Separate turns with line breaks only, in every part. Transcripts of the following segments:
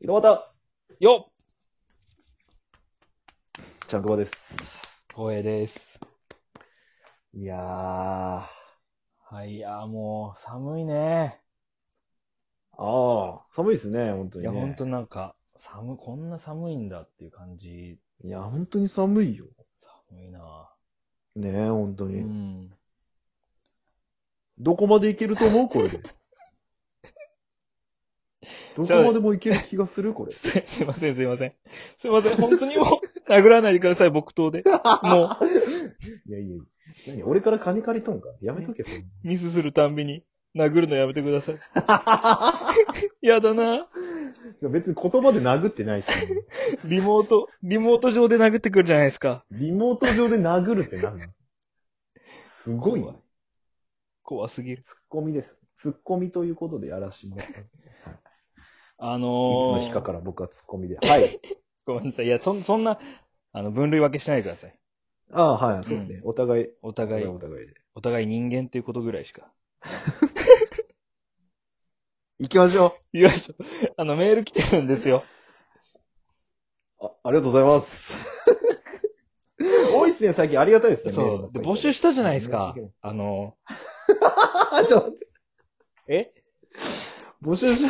井戸端
よっ
ちゃんこばです。
光栄です。
いやー、
はい、いやー、もう、寒いね。
あー、寒いですね、本当
い
に、ね。
や、ほんとなんか、寒、こんな寒いんだっていう感じ。
いや、本当に寒いよ。
寒いな
ねえ、本当
う
に。
ん。
どこまでいけると思うこれで。どこまでもいける気がするこれ。
す すいません、すいません。すいません、本当にもう、 殴らないでください、木刀で。も
いやいやいや。何俺から金借りとんかやめとけ、そんな
う、ミスするたんびに、殴るのやめてください。やだな
の別に言葉で殴ってないし、
リモート、リモート上で殴ってくるじゃないですか。
リモート上で殴るって何なのすごいね。
怖すぎる。
ツッコミです。ツッコミということでやらしもらった。い
あ
つ
のー、
の日かから僕はツッコミで。はい。
ごめんなさい。いや、そん、そんな、あの、分類分けしないでください。
ああ、はい。そうですね。お互い。
お
お互い。
互い
お互いで。
お互い人間っていうことぐらいしか。
行きましょ
よいしょ。あの、メール来てるんですよ。
う。あ、ありがとうございます。多いっすね、最近。ありがたいですね。メールば
そ
っ
う。で、
かり
募集したじゃないですか
メールばっかり。
あの、
あ、ちょっと待って。
え
募集し、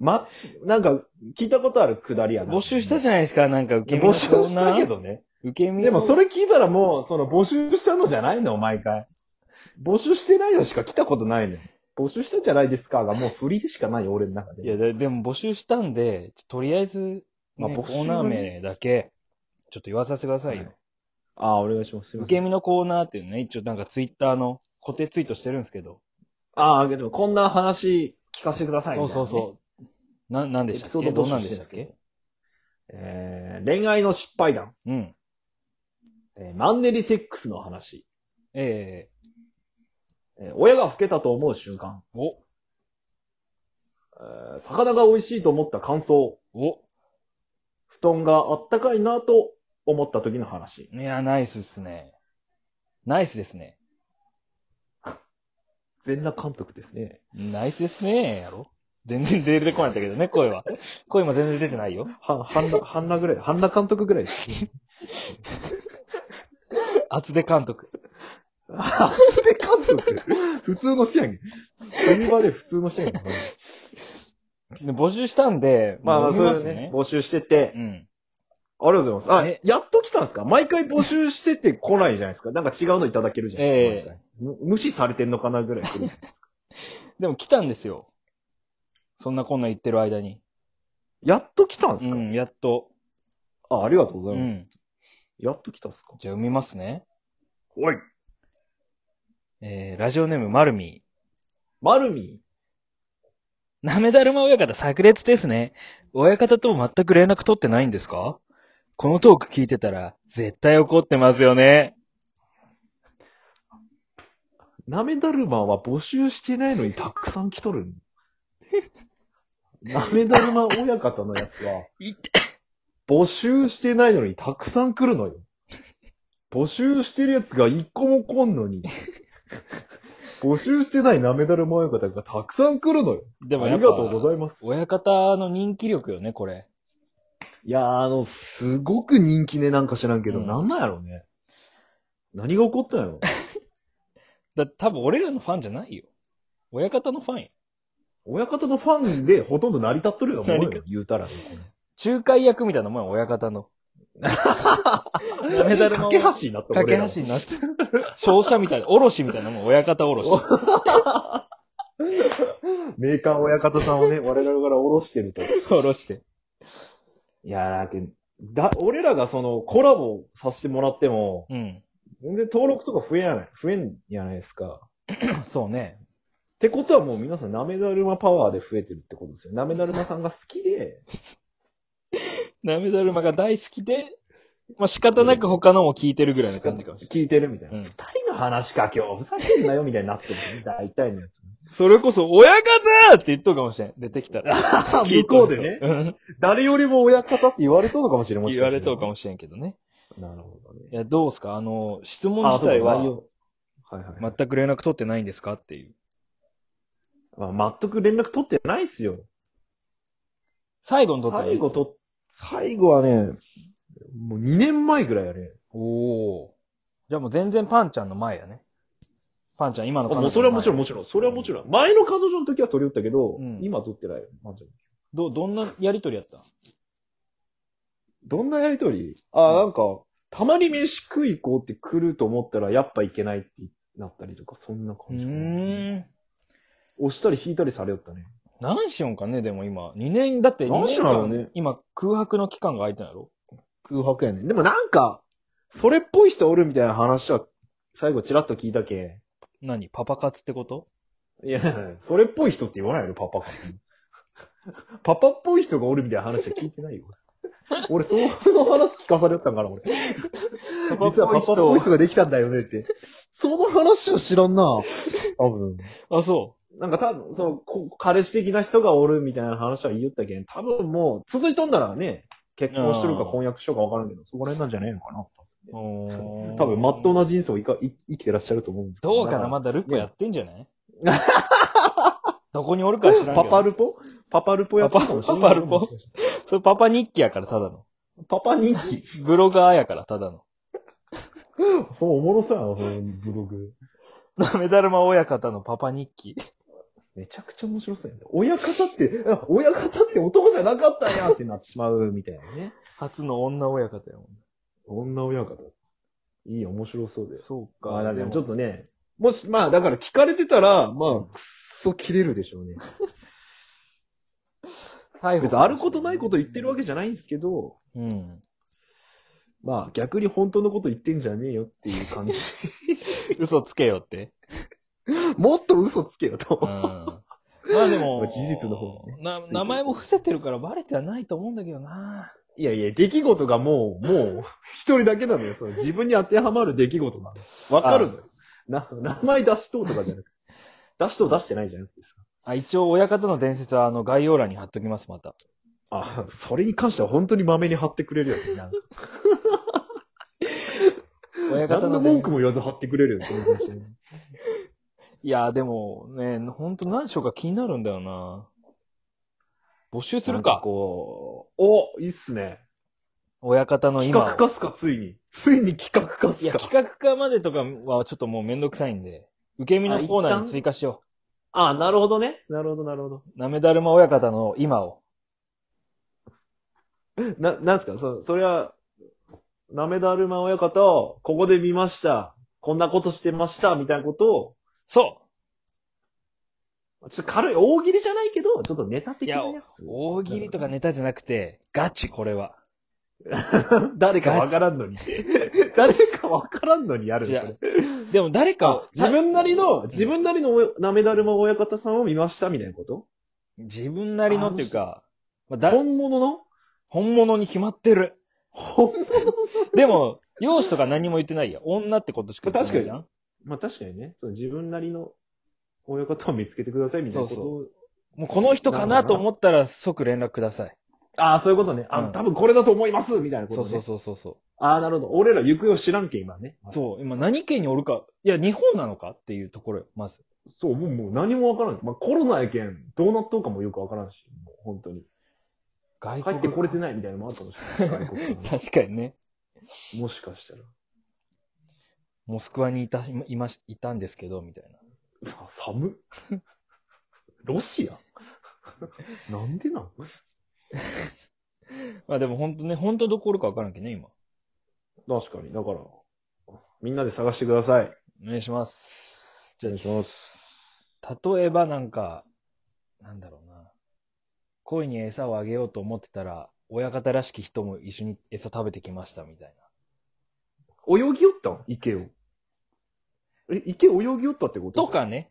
ま、なんか、聞いたことあるくだりやな。
募集したじゃないですか。なんか受け身
募
の
集
コー
した
ナ
け
ー。
どね。
受け身の。
でもそれ聞いたらもう、その募集したのじゃないの毎回。募集してないのしか来たことないのよ。募集したじゃないですかがもう振りでしかないよ、俺の中で。
いや、ででも募集したんで、ちょとりあえずね、
まあ募
コ
集は
ー
ね
ナー名だけ、ちょっと言わさせてくださいよ。
はいああ、お願いします。すいま
受
せ
け
ん。
身のコーナーっていうのね、一応なんかツイッターの固定ツイートしてるんですけど。
ああ、でもこんな話聞かせてください
そう
みたいな
そう
ね
そう。な、なんで
エピ
したっ
ソ
け
ード
ど
募
うな
集
ん
し
で
てるん
した
で
っ
すけ
け
ど。えー、恋愛の失敗談、
うん。
えーマンネリセックスの話、
ええ
えー親が老けたと思う瞬間、
お、
えー魚が美味しいと思った感想、
お。
布団があったかいなと思った時の話。
いや、ナイスっすね。ナイスですね。
全裸監督ですね。
ナイスですねやろ全然出てこなかったけどね、声は。声も全然出てないよ。
は、半田、 半田ぐらい、半田監督ぐらいです。
厚手監督。
あ、で監督 普通の人やんけ。海場で普通の人やんけ。
で募集したんで、
まあまあ、そ
読
れ
み
ですね、募集してて、
うん。
ありがとうございます
え。
あ、やっと来たんですか毎回募集してて来ないじゃないですか。なんか違うのいただけるじゃないですか。
え
む無視されてんのかなぐらい来る。
でも来たんですよ。そんなこんな言ってる間に。
やっと来たんで
う
すか、
ん、やっと。
あ、ありがとうご
う
ざいます。
ん。
やっと来たんですか
じゃあ読みますね。
おい
えー、ラジオネームマルミー。
マルミ
なめだるま親方炸裂ですね。親方とも全く連絡取ってないんですかこのトーク聞いてたら、絶対怒ってますよね。
なめだるまは募集してないのにたくさん来とるん。なめだるま親方のやつは、募集してないのにたくさん来るのよ。募集してるやつが一個も来んのに。募集してないなめだるま親方がたくさん来るのよ。
でも
あ
や
り
っ
が
ぱ、
とうございます。
親方の人気力よね、これ。
いやー、あの、すごく人気ね、なんか知らんけど、
うん
なんなんやろうね。何が起こったんやろ
だ多分俺らのファンじゃないよ。親方のファンよ。
親方のファンでほとんど成り立っとるよ、思う
成り
よ、言うたらね。
仲介役みたいなもんよ、親方の。 なめだるま
架
を
け橋になった
架け橋になってる。商社みたいな、おろしみたいなもん、親方おろし。
メーカー親方さん をね、我々から下ろしてると。い
おろして。
やー、けんだ、俺らがその、コラボさせてもらっても、
うん。
全然登録とか増えない、増えんじゃないですか。
そうね。
ってことはもう皆さん、なめだるまパワーで増えてるってことですよ。なめだるまさんが好きで、
なめだるまが大好きで、まあ、仕方なく他のも聞いてるぐらいの感じかもしれ
聞いてるみたいな。
う
二、
ん
人の話か、今日。ふざけんなよ、みたいになってる。大体のやつ。
ない。それこそ、親方って言っとるかもしれん。出てきたら。
あ向こうでね。
うん。
誰よりも親方って言われとうのかもしれません。
言われとるかもしれんけどね。
なるほどね。
いや、どうですかあの、質問自体は、
はいはい。ま、
全く連絡取ってないんですかっていう。
まあ、全く連絡取ってないっすよ。
最後の撮ったの
最後と、最後はね、もう2年前ぐらいやね。
おお。じゃあもう全然パンちゃんの前やね。パンちゃん、今
あ
の彼女の
もう
前
それはもちろんもちろん、それはもちろん。前の彼女の時は撮り寄ったけど、
うん
今撮ってないよ、まんちゃん
ど、どんなやりとりやった
どんなやりとりあ、なんか、たまに飯食い行こうって来ると思ったら、やっぱ行けないってなったりとか、そんな
う
感じかな
ーん。
押したり引いたりされよったね。
何しよんかね、でも今。2年、だって2
何し
年
よんやろ
間、
ね
今空白の期間が空いたんやろ
空白やね。でもなんか、それっぽい人おるみたいな話は、最後チラッと聞いたけ。
何パパ活ってこと
いや、それっぽい人って言わないのパパ。パパっぽい人がおるみたいな話は聞いてないよ。俺、その話聞かされよったんから、俺。実はパパっぽい人ができたんだよねって。その話を知らんな。多分。
あ、そ
なんか多分、その、こ彼氏的な人がおるみたいな話は言いよったけん、多分もう、続いとんだらね、結婚しとるか
あー
婚約しとるかわからんけど、そこら辺なんじゃねえのかな。
う。多
多分、まっとうな人生をいかい生きてらっしゃると思うんですけ
どうかな、
なん
まだルポやってんじゃないどこにおるか知らんけど。
パパルポパパルポやってるかもしれない。
パパルポそれパパ日記やから、ただの。
パパ人気。
ブロガーやから、ただの。
そう、おもろそうやな、そのブログ。
なめだるま親方のパパ日記。
めちゃくちゃ面白そうやね。親方って、あ親方って男じゃなかったんやってなってしまうみたいなね。
初の女親方やもん。
女親方。いい、面白そうで。
そう
まあ、なんかち
ちょ
ょ
っ
っとね、もし、まあ、だから聞かれてたら、まあ、くっそ切れるでしょうね。
と逮捕。
別にあることないこと言ってるわけじゃないんですけど、
うん。
まあ、逆に本当のこと言ってんじゃねえよっていう 感じ。
嘘つけよって。
もっと嘘つけよ
うん。
と。
まあでも
まあ、事実の方に
な、名前も伏せてるからバレてはないと思うんだけどな。
いやいや、出来事がもう、もう、 一人だけなのよ。その自分に当てはまる出来事なの。わかるのよ。な、名前出しとうとかじゃなくて。出しとう出してないじゃなくてさ。
あ、一応親方の伝説はあの概要欄に貼っときます、また。
あ、それに関しては本当に豆に貼ってくれるよね。なんか
親方
何
の
の
伝
文
説
句。も言わず貼ってくれるよねこの写真。
いや、でもね、ほんと何章か気になるんだよな。募集する
なん
か。
こう、お、いいっすね。
親方の
企
今
画
を。
化っすか、ついに。ついに企画化っ
い
す
や、
か。
企画化までとかはちょっともうめんどくさいんで、受け身のコーナーに追加しよ
あ、なるほどね。なるほど、なるほど。
う。なめだるま親方の今を。
な、なんすかそ、それは、なめだるま親方を、ここで見ました。こんなことしてました、みたいなこと
そ
を、ちょっと軽い、大喜利じゃないけど、ちょっとネタ
うい
的な
や
や、つ。
大喜利とかネタじゃなくて、ガチこれは。
誰かわからん のに。誰かわからんのにやる
じゃ
のこれ
でも誰か、
自分なりの、
自
自分なりのおなめだるま親方さんを見ました、みたいなこと
自分なりのっていうか、まあだ
本物の
本物に決まってる。
本物
でも、容姿とか何も言ってないや。女ってことしか言ってないじゃん。
まあ確かにね、その自分なりの親方を見つけてくださいみたいなことを。
そもうこの人かなと思ったら即連絡ください。
ああ、そういうことね。あ、
うん
多分これだと思いますみたいなこと
そ
ね。
うそうそうそうそ
ああ、なるほど。俺ら行方を知らんけ、今ね。
う。そう、今何県におるか、いや、日本なのかっていうところよ、まず。
そう、もうもう何もわからん。まあコロナやけん、どうなっとうかもよくわからんし、もう本当に。
外
帰
国
ってこれてないみたいなのもあったかもしれない。外国か
確かにね。
らもしかしたら。
モスクワにいた、いまし、いたんですけど、みたいな。
さ、寒っロシアなんでなん
まあでも本当ね、本当どこおるかわからんけどね、今。
確かに。だから、みんなで探してください。
お願いします。
お
じゃ
願いします。
あ、例えばなんか、なんだろうな。恋に餌をあげようと思ってたら、親方らしき人も一緒に餌食べてきました、みたい
泳ぎよったん池を。え、池泳ぎよったってこ
な。と
と
かね、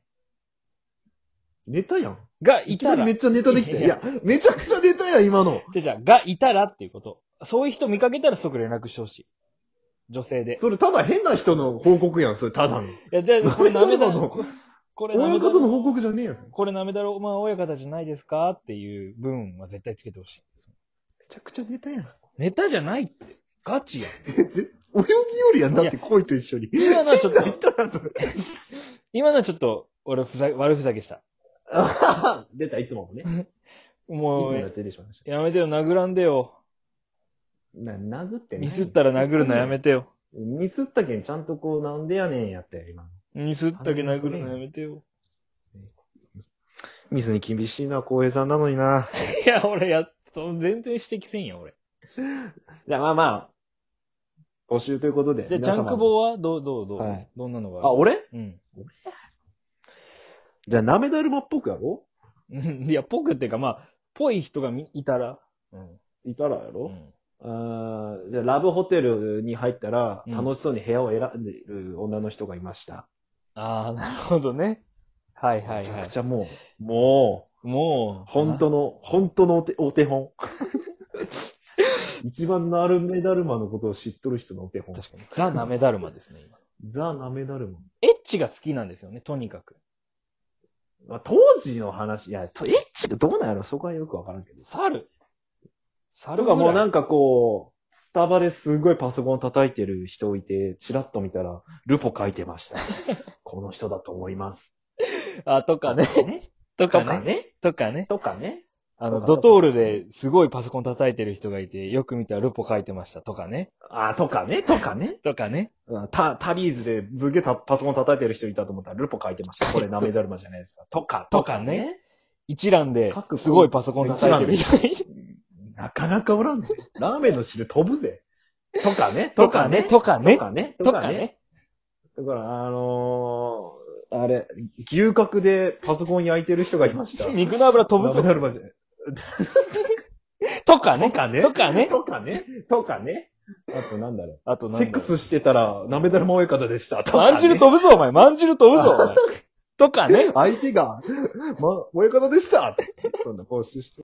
ネタやん。
が
い
い
きな
た
り
ら
めっ、ちゃネタできたよ。
い
い
や
や、めちゃくちゃネタやん、今の。
じゃじゃがいたらっていうこと。そういう人見かけたら即連絡してほしい。女性 で。
それただ変な人の報告やん、それただの。
いや、じゃあこれ舐めだ
なめだろう
ここれ舐め
親
だろ
方の報告じゃねえやん。め
これなめだろ、まあ、親方じゃないですかっていう部分は絶対つけてほしい。
ちゃくちゃネタやん。
ネタじゃないって。ガチやん。
泳ぎよりやんだっ
い
て、恋と一 緒に。
今のはちょっと、
ただそれ
今のはちょっと、俺ふざ、悪ふざけした。
出た、いつものね。い
も
つものや
う、
つ出てしまいまし
やめてよ、殴らんでよ。
た。な、殴ってない
ミスったら殴るのやめてよ。
ミスったけん、ちゃんとこう、なんでやねんやったよ、今の。
ミスったけ殴るのやめてよ。
ミスに厳しいな、浩平さんなのにな。
いや、俺や、その全然指摘せんや、俺。
じゃあまあまあ、募集ということで。
じゃあ、ジャンク
ー。
ボはどう、どう、どう、
はい
どんなのが
あ、俺
うん。
じゃあ、なめだるまっぽくやろ
うん いや、ぽくっていうか、まあ、ぽい人がみいたら。うん。
いたらや
う
ろ、
ん
あーじゃあ、ラブホテルに入ったら、
うん
楽しそうに部屋を選んでいる女の人がいました。
ああ、なるほどね。はいはい
めち
は
ゃ
い
く。ちゃもう、も
も
う、
う、
本当の、本当のお手お手本。一番なるめだるまのことを知っとる人のお手本。
確かに。ザ・ナメダルマですね、今。
ザ・なめだるま。
エッチが好きなんですよね、とにかく。
まあ、当時の話、いや、とエッチがどうなんやろそこはよくわからんけど。
猿。猿
とかもうなんんかこう、スタバですごいパソコン叩いてる人いて、チラッと見たら、ルポ書いてました。この人だと思います。
あ、とかね。 と
と
か
か
ね。
ね。
とかね。
とかね。
あの、
と
ド
か
トールですごいパソコン叩いてる人がいて、よく見たらルポ書いてました。とかね。
あ、とかね。とかね。
とかね。
うんタタリーズですげえたパソコン叩いてる人いたと思ったら、ルポ書いてました。これなめだるまじゃないですか。とか、
とかね。一覧で
各、
すごいパソコン叩いてる人がいて。
なかなかおらんぜ。ラーメンの汁飛ぶぜ。とかね。
とかね。。とか
と
ね。
かね。
とかね。
だから、あのー、あれ、牛角でパソコン焼いてる人がいました。
肉の油飛ぶ
な
ぞ。
めだるまじゃ
とか
と
ね。
かね。
とかね。
とかね。とかね。あとなんだろ
あと
う。
なん
セ
だろ
ック
う
スしてたら、なめだるま親方でした。とか
ま
ね
んじゅう飛ぶぞ、お前。まんじゅう飛ぶ ぞ、お前。とかね。
相手が、ま、親方でした。そんな、こうして。